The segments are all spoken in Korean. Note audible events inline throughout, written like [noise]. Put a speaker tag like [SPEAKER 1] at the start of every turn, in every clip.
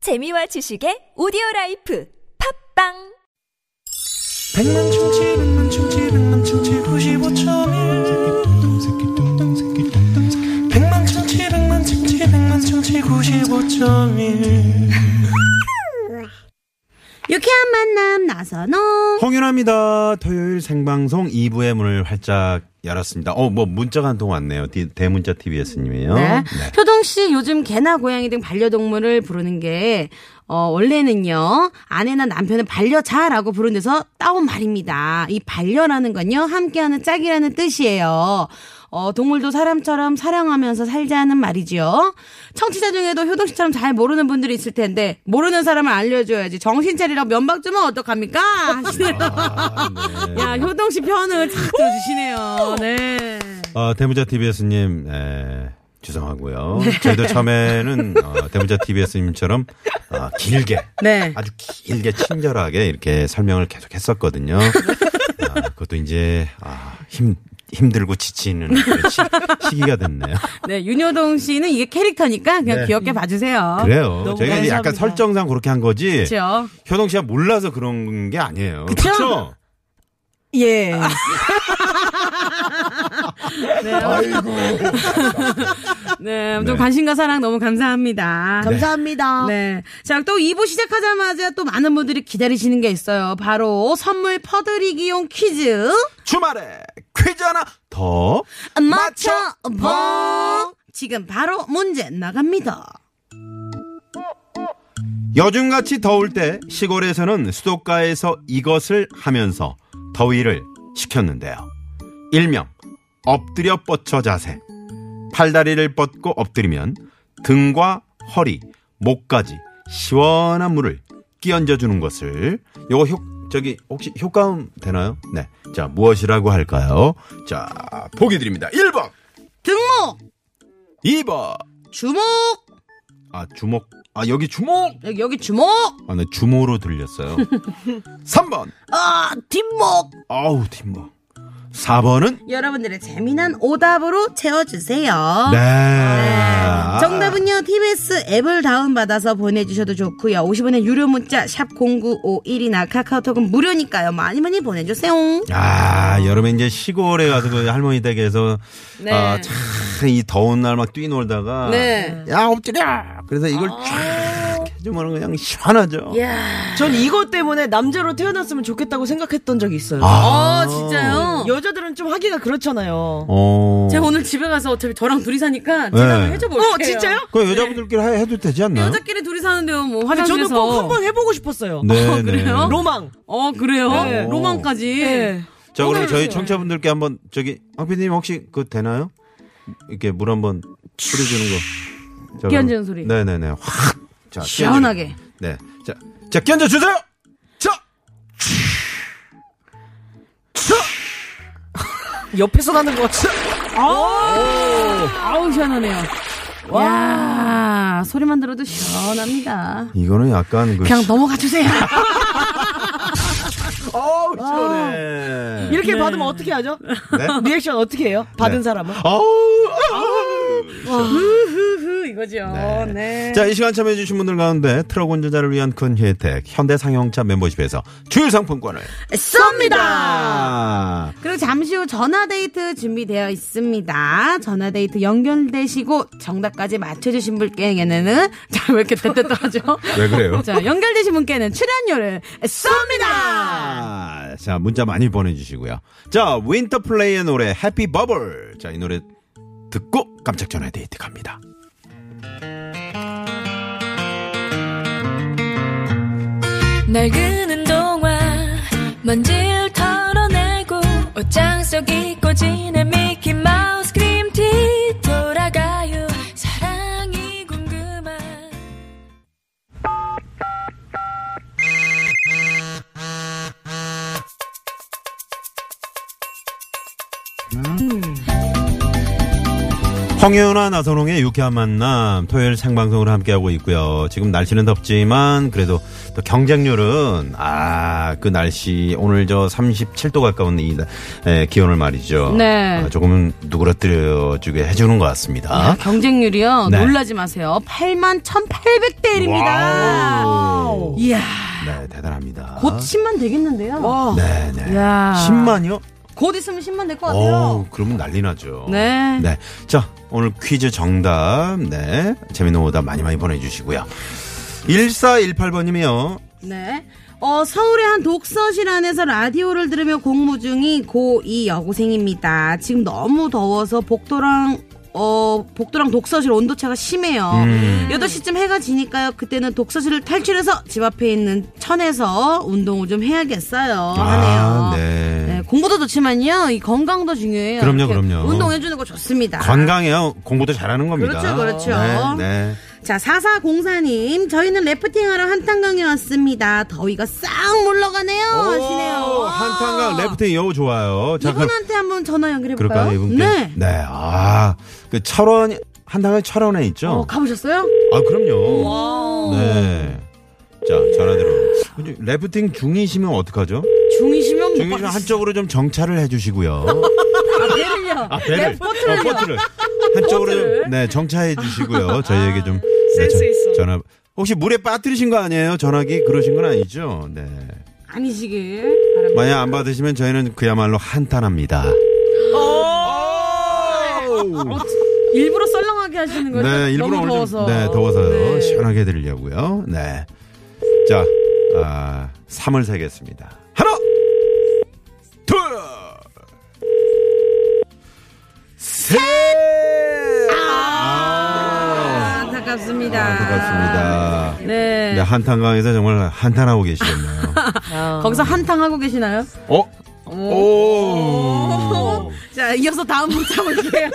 [SPEAKER 1] 재미와 지식의 오디오 라이프 팝빵
[SPEAKER 2] 백만 충치 백만 충치 백만 충치 95.1 백만 충치 백만 충치 백만 충치 95.1
[SPEAKER 3] 유쾌한 만남 나선홍.
[SPEAKER 4] 홍윤아입니다. 토요일 생방송 2부의 문을 활짝 열었습니다. 어, 뭐 문자가 한 통 왔네요. 디- 대문자 TBS님이에요.
[SPEAKER 3] 네. 효동 씨 요즘 개나 고양이 등 반려동물을 부르는 게 어, 원래는요, 아내나 남편은 반려자라고 부른 데서 따온 말입니다. 이 반려라는 건요, 함께하는 짝이라는 뜻이에요. 어, 동물도 사람처럼 사랑하면서 살자는 말이지요. 청취자 중에도 효동 씨처럼 잘 모르는 분들이 있을 텐데, 모르는 사람을 알려줘야지. 정신 차리라고 면박 주면 어떡합니까? 하시네요. 야, 효동 씨 편을 착 들어주시네요. 네.
[SPEAKER 4] 어, 대문자 TBS님, 에, 죄송하고요. 저희도 처음에는 어, 대문자 TBS님처럼 어, 길게,
[SPEAKER 3] 네.
[SPEAKER 4] 아주 길게 친절하게 이렇게 설명을 계속 했었거든요. 아, 그것도 이제 아, 힘 힘들고 지치는 그런 시, 시기가 됐네요.
[SPEAKER 3] 네, 윤효동 씨는 이게 캐릭터니까 그냥
[SPEAKER 4] 네.
[SPEAKER 3] 귀엽게 봐주세요.
[SPEAKER 4] 그래요. 저희가 이제 약간 설정상 그렇게 한 거지.
[SPEAKER 3] 아, 그렇죠.
[SPEAKER 4] 효동 씨가 몰라서 그런 게 아니에요.
[SPEAKER 3] 그쵸?
[SPEAKER 4] 그쵸?
[SPEAKER 3] 예. [laughs] 네, 네, 좀
[SPEAKER 4] 네.
[SPEAKER 3] 관심과 사랑 너무 감사합니다.
[SPEAKER 5] 감사합니다.
[SPEAKER 3] 네. 자, 또 2부 시작하자마자 또 많은 분들이 기다리시는 게 있어요. 바로 선물 퍼드리기용 퀴즈.
[SPEAKER 4] 주말에 퀴즈 하나 더.
[SPEAKER 3] 맞춰봐. 지금 바로 문제 나갑니다.
[SPEAKER 4] 요즘같이 더울 때 시골에서는 수도가에서 이것을 하면서 더위를 식혔는데요. 일명 엎드려 뻗쳐 자세. 팔다리를 뻗고 엎드리면 등과 허리, 목까지 시원한 물을 끼얹어 주는 것을 요거 효 저기 혹시 효과음 되나요? 네. 자, 무엇이라고 할까요? 자, 보기 드립니다. 1번,
[SPEAKER 3] 등목,
[SPEAKER 4] 2번.
[SPEAKER 3] 주목, 어.
[SPEAKER 4] 아, 주먹. 아, 여기 주먹.
[SPEAKER 3] 여기, 여기 주목,
[SPEAKER 4] 아, 네,
[SPEAKER 3] [laughs]
[SPEAKER 4] 주모로 들렸어요. 3번.
[SPEAKER 3] 아, 뒷목.
[SPEAKER 4] 아우, 팀버. 4번은?
[SPEAKER 3] 여러분들의 재미난 오답으로 채워주세요.
[SPEAKER 4] 네.
[SPEAKER 3] 정답은요, TBS 앱을 다운받아서 보내주셔도 좋고요 50원의 유료 문자, 샵0951이나 카카오톡은 무료니까요. 많이 많이 보내주세요.
[SPEAKER 4] 아, 여름에 이제 시골에 가서 그 할머니 댁에서
[SPEAKER 3] 네.
[SPEAKER 4] 아, 참 이 더운 날 막 뛰놀다가
[SPEAKER 3] 네. 아.
[SPEAKER 4] 야, 엎드려. 그래서 이걸 쫙 해주면 그냥 시원하죠.
[SPEAKER 3] 예.
[SPEAKER 5] 전 이것 때문에 남자로 태어났으면 좋겠다고 생각했던 적이 있어요.
[SPEAKER 3] 아, 진짜요?
[SPEAKER 5] 여자들은 좀 하기가 그렇잖아요.
[SPEAKER 4] 어.
[SPEAKER 3] 제가 오늘 집에 가서 어차피 저랑 둘이 사니까
[SPEAKER 4] 네.
[SPEAKER 3] 제가 해줘볼게요. 어?
[SPEAKER 5] 어, 진짜요?
[SPEAKER 4] 그 여자분들끼리 해- 해도 되지 않나요?
[SPEAKER 3] 여자끼리 둘이 사는데요, 뭐
[SPEAKER 5] 저도
[SPEAKER 3] 화장실에서.
[SPEAKER 5] 꼭 한번 해보고 싶었어요.
[SPEAKER 4] 네, 네.
[SPEAKER 3] 그래요?
[SPEAKER 5] 로망.
[SPEAKER 3] 어, 그래요?
[SPEAKER 4] 네.
[SPEAKER 3] 로망까지.
[SPEAKER 5] 네.
[SPEAKER 4] 자, 그러면 저희
[SPEAKER 3] 오늘-
[SPEAKER 4] 청취자분들께 한번 저기 황피디님 혹시 그 되나요? 이렇게 물 한번 뿌려주는 거. 자,
[SPEAKER 3] 끼얹는
[SPEAKER 4] 그럼-
[SPEAKER 3] 소리.
[SPEAKER 4] 네네네. 확. 자,
[SPEAKER 3] 시원하게.
[SPEAKER 4] 끼얹어주세요. 네. 자, 자 끼얹어 주세요. 자. 자.
[SPEAKER 5] 옆에서 나는 것 같아. [laughs]
[SPEAKER 3] 아우, 시원하네요. 와, 소리만 들어도 시원합니다.
[SPEAKER 4] 이거는 약간 그.
[SPEAKER 3] 그냥 넘어가 주세요.
[SPEAKER 4] 어우
[SPEAKER 3] 아.
[SPEAKER 4] 시원해.
[SPEAKER 5] 이렇게 받으면 어떻게 하죠?
[SPEAKER 4] 네?
[SPEAKER 5] 리액션 어떻게 해요? 받은 사람은?
[SPEAKER 4] 어우. 아우.
[SPEAKER 3] [laughs] 후후후 이거죠. 네.
[SPEAKER 4] 자, 이 시간 참여해주신 분들 가운데 트럭 운전자를 위한 큰 혜택 현대 상용차 멤버십에서 주유 상품권을
[SPEAKER 3] 쏩니다.
[SPEAKER 4] 아.
[SPEAKER 3] 그리고 잠시 후 전화데이트 준비되어 있습니다. 전화데이트 연결되시고 정답까지 맞춰주신 분께는 [laughs] 자, 왜 이렇게 떼떼 떨어져?
[SPEAKER 4] 왜 그래요?
[SPEAKER 3] 자, 연결되신 분께는 출연료를 쏩니다.
[SPEAKER 4] 아, 자 문자 많이 보내주시고요. 자 윈터플레이의 노래 해피 버블 자이 노래 듣고 깜짝 전화 데이트 갑니다.
[SPEAKER 6] 낡은 동화 먼지를 털어내고 옷장 속 잊고 지낸 미키 마우스 그림티 돌아가요 사랑이 궁금한
[SPEAKER 4] 성윤아 나선홍의 유쾌한 만남 토요일 생방송으로 함께하고 있고요. 지금 날씨는 덥지만 그래도 또 경쟁률은 아 그 날씨 오늘 저 37도 가까운 이 나- 에, 기온을 말이죠.
[SPEAKER 3] 네.
[SPEAKER 4] 아, 조금은 누그러뜨려주게 해주는 것 같습니다.
[SPEAKER 3] 경쟁률이요.
[SPEAKER 4] 아? 네.
[SPEAKER 3] 놀라지 마세요. 8만 1,800대 1입니다.
[SPEAKER 4] 와우.
[SPEAKER 3] 이야.
[SPEAKER 4] 네 대단합니다.
[SPEAKER 3] 곧 10만 되겠는데요.
[SPEAKER 4] 네네.
[SPEAKER 3] 이야.
[SPEAKER 4] 10만이요?
[SPEAKER 3] 곧 있으면 10만 될 것
[SPEAKER 4] 어
[SPEAKER 3] 같아요.
[SPEAKER 4] 그러면 난리 나죠.
[SPEAKER 3] 네.
[SPEAKER 4] 네. 자, 오늘 퀴즈 정답. 네. 재밌는 오답 많이 많이 보내주시고요. 1418번님이요.
[SPEAKER 3] 네. 어, 서울의 한 독서실 안에서 라디오를 들으며 공부 중인 고2 여고생입니다. 지금 너무 더워서 복도랑 어, 복도랑 독서실 온도차가 심해요.
[SPEAKER 4] 음.
[SPEAKER 3] 8시쯤 해가 지니까요. 그때는 독서실을 탈출해서 집 앞에 있는 천에서 운동을 좀 해야겠어요. 하네요.
[SPEAKER 4] 아, 네.
[SPEAKER 3] 네, 공부도 좋지만요. 이 건강도 중요해요.
[SPEAKER 4] 그럼요,
[SPEAKER 3] 이렇게
[SPEAKER 4] 그럼요.
[SPEAKER 3] 운동해 주는 거 좋습니다.
[SPEAKER 4] 건강해요. 공부도 잘하는 겁니다.
[SPEAKER 3] 아. 그렇죠, 그렇죠.
[SPEAKER 4] 네. 네.
[SPEAKER 3] 자, 4404님, 저희는 래프팅하러 한탄강에 왔습니다. 더위가 싹 물러가네요. 어, 하시네요.
[SPEAKER 4] 오,
[SPEAKER 3] 와.
[SPEAKER 4] 한탄강 레프팅 여우 좋아요. 자, 그럼
[SPEAKER 3] 이분한테 한번 전화 연결해볼까요?
[SPEAKER 4] 그럴까요, 이분께?
[SPEAKER 3] 네.
[SPEAKER 4] 아, 그 철원, 한탄강 철원에 있죠?
[SPEAKER 3] 어, 가보셨어요?
[SPEAKER 4] 아, 그럼요. 네. 자, 전화 들어. 근데 레프팅 중이시면 어떡하죠?
[SPEAKER 3] 중이시면 못
[SPEAKER 4] 중이시면
[SPEAKER 3] 받으시
[SPEAKER 4] 한쪽으로 좀 정찰을 해주시고요.
[SPEAKER 3] 아, 배를요.
[SPEAKER 4] 아, 배를.
[SPEAKER 3] 포트를요.
[SPEAKER 4] 어, 포트를. 한쪽으로 좀, 네, 정차해
[SPEAKER 3] 아,
[SPEAKER 4] 주시고요. 저희에게 좀. 네,
[SPEAKER 5] 센스
[SPEAKER 4] 전-
[SPEAKER 5] 있어.
[SPEAKER 4] 전화. 혹시 물에 빠뜨리신 거 아니에요? 전화기? 그러신 건 아니죠? 네.
[SPEAKER 3] 아니시길 바랍니다.
[SPEAKER 4] 만약 안 받으시면 저희는 그야말로 한탄합니다.
[SPEAKER 3] 어, 일부러 썰렁하게 하시는 거예요?
[SPEAKER 4] 네, 일부러
[SPEAKER 3] 너무
[SPEAKER 4] 오늘
[SPEAKER 3] 더워서.
[SPEAKER 4] 좀, 네, 더워서요.
[SPEAKER 3] 네.
[SPEAKER 4] 시원하게 해드리려고요. 네. 자, 아, 3을 세겠습니다. 하나, 둘, 셋!
[SPEAKER 3] 아,
[SPEAKER 4] 아,
[SPEAKER 3] 안타깝습니다.
[SPEAKER 4] 반갑습니다.
[SPEAKER 3] 네.
[SPEAKER 4] 네, 한탄강에서 정말 한탄하고
[SPEAKER 3] [laughs]
[SPEAKER 4] 계시겠네요.
[SPEAKER 3] 거기서 한탕하고 계시나요?
[SPEAKER 4] 어? 오!
[SPEAKER 3] [laughs] 자, 이어서 다음 문자 [laughs] 볼게요.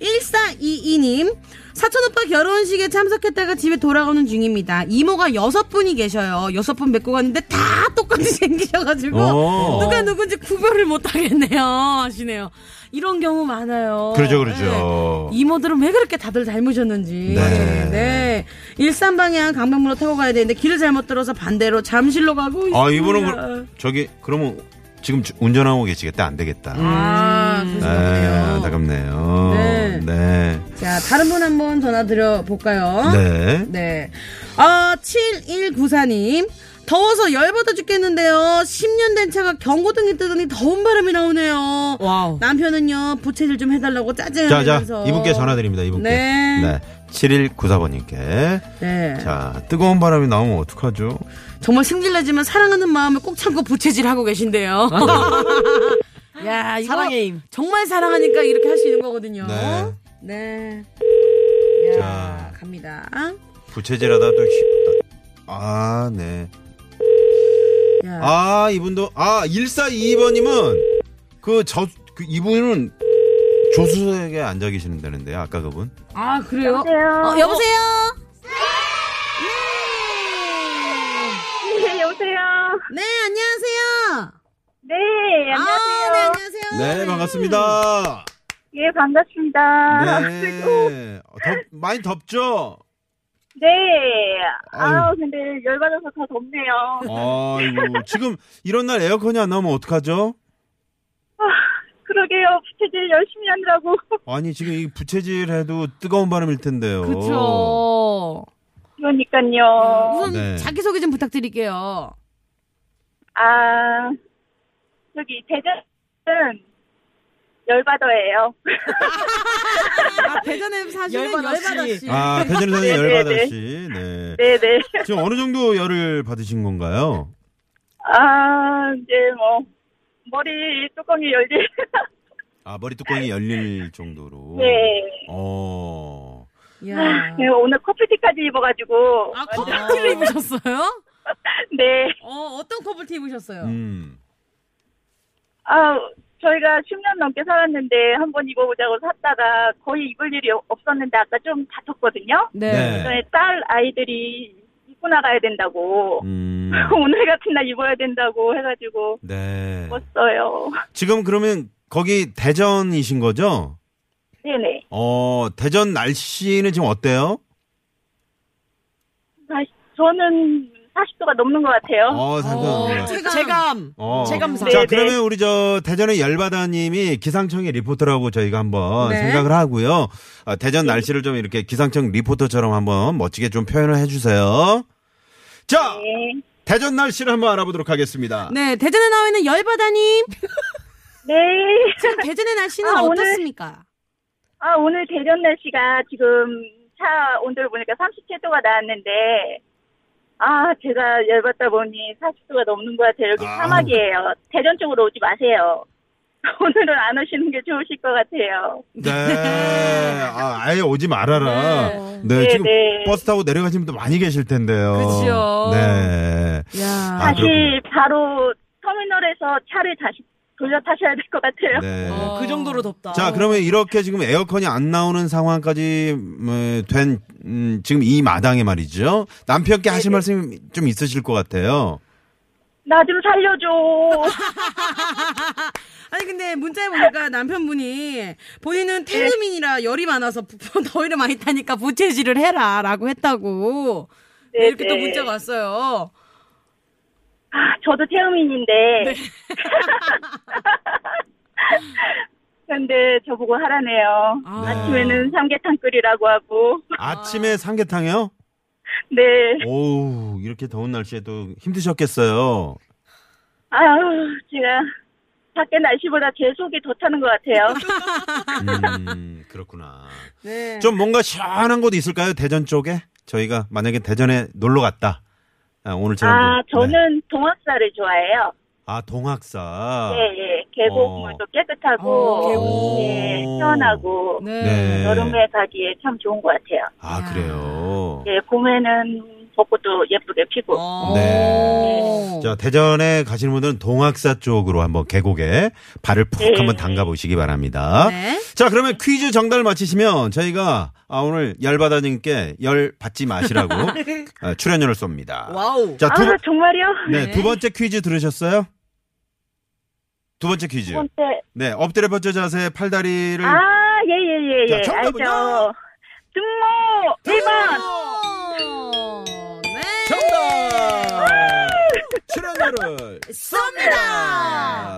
[SPEAKER 3] 1422님. 사촌오빠 결혼식에 참석했다가 집에 돌아오는 중입니다. 이모가 여섯 분이 계셔요. 여섯 분 뵙고 갔는데 다 똑같이 [laughs] 생기셔가지고
[SPEAKER 4] 오.
[SPEAKER 3] 누가 누군지 구별을 못하겠네요. 하시네요. 이런 경우 많아요.
[SPEAKER 4] 그러죠, 그러죠.
[SPEAKER 3] 네. 이모들은 왜 그렇게 다들 닮으셨는지.
[SPEAKER 4] 네.
[SPEAKER 3] 네. 일산 방향 강변북로 타고 가야 되는데 길을 잘못 들어서 반대로 잠실로 가고 있습니다.
[SPEAKER 4] 아, 이분은, 그, 저기, 그러면 지금 주- 운전하고 계시겠다? 안 되겠다.
[SPEAKER 3] 아,
[SPEAKER 4] 네,
[SPEAKER 3] 죄송해요.
[SPEAKER 4] 안타깝네요.
[SPEAKER 3] 네.
[SPEAKER 4] 네.
[SPEAKER 3] 자, 다른 분 한 번 전화 드려볼까요?
[SPEAKER 4] 네.
[SPEAKER 3] 네. 아, 7194님. 더워서 열받아 죽겠는데요. 10년 된 차가 경고등이 뜨더니 더운 바람이 나오네요.
[SPEAKER 5] 와우.
[SPEAKER 3] 남편은요, 부채질 좀 해달라고 짜증을
[SPEAKER 4] 자, 자,
[SPEAKER 3] 내면서.
[SPEAKER 4] 이분께 전화드립니다, 이분께.
[SPEAKER 3] 네.
[SPEAKER 4] 네. 7194번님께.
[SPEAKER 3] 네.
[SPEAKER 4] 자, 뜨거운 바람이 나오면 어떡하죠?
[SPEAKER 3] 정말 승질나지만 사랑하는 마음을 꼭 참고 부채질하고
[SPEAKER 5] [laughs]
[SPEAKER 3] 계신데요. 야, 아, 이거
[SPEAKER 5] 사랑의 힘.
[SPEAKER 3] 정말 사랑하니까 이렇게 할 수 있는 거거든요.
[SPEAKER 4] 네.
[SPEAKER 3] 네. 야,
[SPEAKER 4] 자.
[SPEAKER 3] 갑니다.
[SPEAKER 4] 부채질하다 또 휘- 아, 네.
[SPEAKER 3] 야.
[SPEAKER 4] 아, 이분도 아, 1422번님은 그 저 그 이분은 조수석에 앉아 계시는다는데 요 아까 그분.
[SPEAKER 3] 아 그래요? 여보세요. 어, 여보세요.
[SPEAKER 7] 네, 여보세요.
[SPEAKER 3] 네 안녕하세요.
[SPEAKER 7] 네,
[SPEAKER 3] 아,
[SPEAKER 7] 안녕하세요.
[SPEAKER 3] 네 안녕하세요.
[SPEAKER 4] 네, 반갑습니다.
[SPEAKER 7] 예, 반갑습니다.
[SPEAKER 4] 네. 덥 많이 덥죠?
[SPEAKER 7] 네. 아우,
[SPEAKER 4] 아유.
[SPEAKER 7] 근데 열받아서 다 덥네요.
[SPEAKER 4] 아이고, 지금 이런 날 에어컨이 안 나오면 어떡하죠?
[SPEAKER 7] 그러게요. 부채질 열심히 하느라고. [laughs]
[SPEAKER 4] 아니 지금 이 부채질해도 뜨거운 바람일 텐데요.
[SPEAKER 3] 그렇죠.
[SPEAKER 7] 그러니까요.
[SPEAKER 3] 우선
[SPEAKER 4] 네.
[SPEAKER 3] 자기 소개 좀 부탁드릴게요.
[SPEAKER 7] 아, 저기, 대전은 열받아예요. [laughs]
[SPEAKER 3] 아 배전에 사시는
[SPEAKER 5] 열받아 씨.
[SPEAKER 3] 열받아 씨.
[SPEAKER 4] 아 배전선생 열받아
[SPEAKER 7] 네,
[SPEAKER 4] 씨. 네.
[SPEAKER 7] 네네.
[SPEAKER 4] 지금 어느 정도 열을 받으신 건가요?
[SPEAKER 7] 아, 이제 뭐, 머리 뚜껑이 열릴. [laughs]
[SPEAKER 4] 아 머리 뚜껑이 열릴 정도로. 음.
[SPEAKER 7] 네.
[SPEAKER 4] 어.
[SPEAKER 3] 야.
[SPEAKER 7] 네, 오늘 커플티까지 입어가지고.
[SPEAKER 3] 아 커플티를 입으셨어요?
[SPEAKER 7] 네.
[SPEAKER 3] 어 어떤 커플티 입으셨어요?
[SPEAKER 4] 음.
[SPEAKER 7] 아, 저희가 10년 넘게 살았는데 한 번 입어보자고 샀다가 거의 입을 일이 없었는데 아까 좀 다쳤거든요.
[SPEAKER 4] 네.
[SPEAKER 7] 저희 딸 아이들이 입고 나가야 된다고
[SPEAKER 4] 음.
[SPEAKER 7] [laughs] 오늘 같은 날 입어야 된다고 해가지고
[SPEAKER 4] 네.
[SPEAKER 7] 뭐 입었어요.
[SPEAKER 4] 지금 그러면 거기 대전이신 거죠?
[SPEAKER 7] 네네.
[SPEAKER 4] 어, 대전 날씨는 지금 어때요?
[SPEAKER 7] 사- 저는 40도가 넘는 것 같아요.
[SPEAKER 4] 어,
[SPEAKER 5] 어,
[SPEAKER 4] 잠깐.
[SPEAKER 5] 체감. 체감.
[SPEAKER 4] 어.
[SPEAKER 5] 체감상.
[SPEAKER 4] 자,
[SPEAKER 7] 네,
[SPEAKER 4] 그러면 우리 저 대전의 열바다님이 기상청의 리포터라고 저희가 한번
[SPEAKER 3] 네.
[SPEAKER 4] 생각을 하고요. 아, 대전
[SPEAKER 7] 네.
[SPEAKER 4] 날씨를 좀 이렇게 기상청 리포터처럼 한번 멋지게 좀 표현을 해주세요. 자,
[SPEAKER 7] 네.
[SPEAKER 4] 대전 날씨를 한번 알아보도록 하겠습니다.
[SPEAKER 3] 네, 대전에 나와 있는 열바다님.
[SPEAKER 7] 네.
[SPEAKER 3] 지금 대전의 날씨는
[SPEAKER 7] 아, 오늘-
[SPEAKER 3] 어떻습니까?
[SPEAKER 7] 아, 오늘 대전 날씨가 지금 차 온도를 보니까 37도가 나왔는데, 아, 제가 열받다 보니 40도가 넘는 것 같아요. 여기
[SPEAKER 4] 아우.
[SPEAKER 7] 사막이에요. 대전 쪽으로 오지 마세요. [laughs] 오늘은 안 오시는 게 좋으실 것 같아요.
[SPEAKER 4] 네. 아, 아예 오지 말아라. 네,
[SPEAKER 7] 네,
[SPEAKER 4] 지금
[SPEAKER 7] 네.
[SPEAKER 4] 버스 타고 내려가시는 분도 많이 계실 텐데요.
[SPEAKER 6] 그치요.
[SPEAKER 4] 네.
[SPEAKER 3] 야.
[SPEAKER 4] 아,
[SPEAKER 7] 다시 바로 터미널에서 차를 다시 돌려 타셔야 될 것 같아요.
[SPEAKER 4] 네.
[SPEAKER 6] 어.
[SPEAKER 5] 그 정도로 덥다.
[SPEAKER 4] 자, 그러면 이렇게 지금 에어컨이 안 나오는 상황까지 음, 된 음, 지금 이 마당에 말이죠. 남편께 하실 말씀이 좀 있으실 것 같아요.
[SPEAKER 7] 나 좀 살려줘.
[SPEAKER 3] 아니 근데 문자에 보니까 남편분이 본인은 태음인이라 열이 많아서 부- 더위를 많이 타니까 부채질을 해라라고 했다고 네, 이렇게 또
[SPEAKER 7] 네.
[SPEAKER 3] 문자가 왔어요.
[SPEAKER 7] 아, [laughs] 저도 태음인인데.
[SPEAKER 3] 네.
[SPEAKER 7] [laughs] 근데 저보고 하라네요.
[SPEAKER 3] 아.
[SPEAKER 7] 아침에는 삼계탕 끓이라고 하고.
[SPEAKER 4] 아침에 삼계탕이요?
[SPEAKER 7] 네.
[SPEAKER 4] 오우, 이렇게 더운 날씨에도 힘드셨겠어요.
[SPEAKER 7] 아유, 제가 밖에 날씨보다 제 속이 더 타는 것
[SPEAKER 4] [laughs]
[SPEAKER 7] 같아요. [laughs]
[SPEAKER 4] 음, 그렇구나.
[SPEAKER 3] 네.
[SPEAKER 4] 좀 뭔가 시원한 곳 있을까요? 대전 쪽에? 저희가 만약에 대전에 놀러 갔다. 아, 오늘처럼.
[SPEAKER 7] 아,
[SPEAKER 4] 좀, 네.
[SPEAKER 7] 저는 동학사를 좋아해요.
[SPEAKER 4] 아, 동학사.
[SPEAKER 7] 예, 예. 계곡물도
[SPEAKER 3] 어,
[SPEAKER 7] 깨끗하고,
[SPEAKER 4] 계곡.
[SPEAKER 7] 예, 시원하고,
[SPEAKER 3] 네.
[SPEAKER 4] 네.
[SPEAKER 7] 여름에 가기에 참 좋은 것 같아요.
[SPEAKER 4] 아,
[SPEAKER 3] 야.
[SPEAKER 4] 그래요.
[SPEAKER 7] 예, 봄에는 벚꽃도 예쁘게 피고.
[SPEAKER 3] 어.
[SPEAKER 4] 네. 자, 대전에 가시는 분들은 동학사 쪽으로 한번 계곡에 발을 푹
[SPEAKER 7] 네.
[SPEAKER 4] 한번 담가 보시기 바랍니다.
[SPEAKER 3] 네.
[SPEAKER 4] 자, 그러면 퀴즈 정답을 맞히시면 저희가 아, 오늘 열받아님께 열 받지 마시라고 아, 출연료를 쏩니다.
[SPEAKER 5] 와우.
[SPEAKER 4] 자, 두,
[SPEAKER 7] 아, 정말요?
[SPEAKER 4] 네, 두 번째 퀴즈 들으셨어요? 두 번째 퀴즈.
[SPEAKER 7] 두 번째.
[SPEAKER 4] 네, 엎드려 뻗쳐 자세 팔다리를
[SPEAKER 7] 아, 예, 예, 예,
[SPEAKER 4] 자,
[SPEAKER 7] 예.
[SPEAKER 4] 정답은요?
[SPEAKER 7] 알죠. 등모 1번.
[SPEAKER 3] 어, 네.
[SPEAKER 4] 정답! 출연료를
[SPEAKER 3] 쏩니다.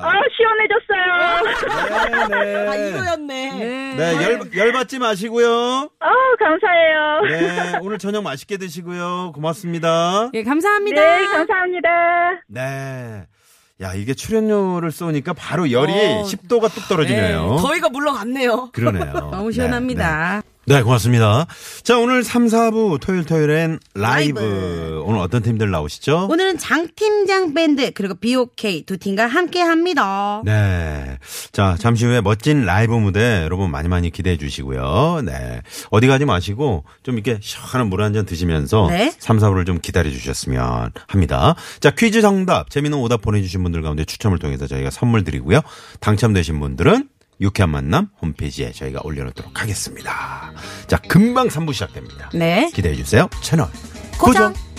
[SPEAKER 7] 아, 시원해졌어요.
[SPEAKER 5] 아,
[SPEAKER 4] 네, 네.
[SPEAKER 5] 이거였네.
[SPEAKER 3] 네.
[SPEAKER 4] 네, 열, 열 받지 마시고요.
[SPEAKER 7] 아, 감사해요. 네,
[SPEAKER 4] 네, 오늘 저녁 맛있게 드시고요. 고맙습니다.
[SPEAKER 3] 예, 감사합니다.
[SPEAKER 7] 네, 감사합니다.
[SPEAKER 4] 네. 야, 이게 출연료를 쏘니까 바로 열이
[SPEAKER 5] 어.
[SPEAKER 4] 10도가 뚝 떨어지네요.
[SPEAKER 5] 네, 더위가 물러갔네요.
[SPEAKER 4] 그러네요.
[SPEAKER 3] 너무
[SPEAKER 4] 네, 네.
[SPEAKER 3] 시원합니다.
[SPEAKER 4] 네, 고맙습니다. 자, 오늘 3, 4부 토요일 토요일엔 라이브. 오늘 어떤 팀들 나오시죠?
[SPEAKER 3] 오늘은 장팀장 밴드 그리고 BOK 두 팀과 함께 합니다.
[SPEAKER 4] 네. 자, 잠시 후에 멋진 라이브 무대 여러분 많이 많이 기대해 주시고요. 네. 어디 가지 마시고 좀 이렇게 시원한 물 한 잔 드시면서
[SPEAKER 3] 네.
[SPEAKER 4] 3, 4부를 좀 기다려 주셨으면 합니다. 자, 퀴즈 정답, 재미있는 오답 보내주신 분들 가운데 추첨을 통해서 저희가 선물 드리고요. 당첨되신 분들은 유쾌한 만남 홈페이지에 저희가 올려놓도록 하겠습니다. 자, 금방 3부 시작됩니다.
[SPEAKER 3] 네.
[SPEAKER 4] 기대해 주세요. 채널
[SPEAKER 3] 고정.
[SPEAKER 4] 고정.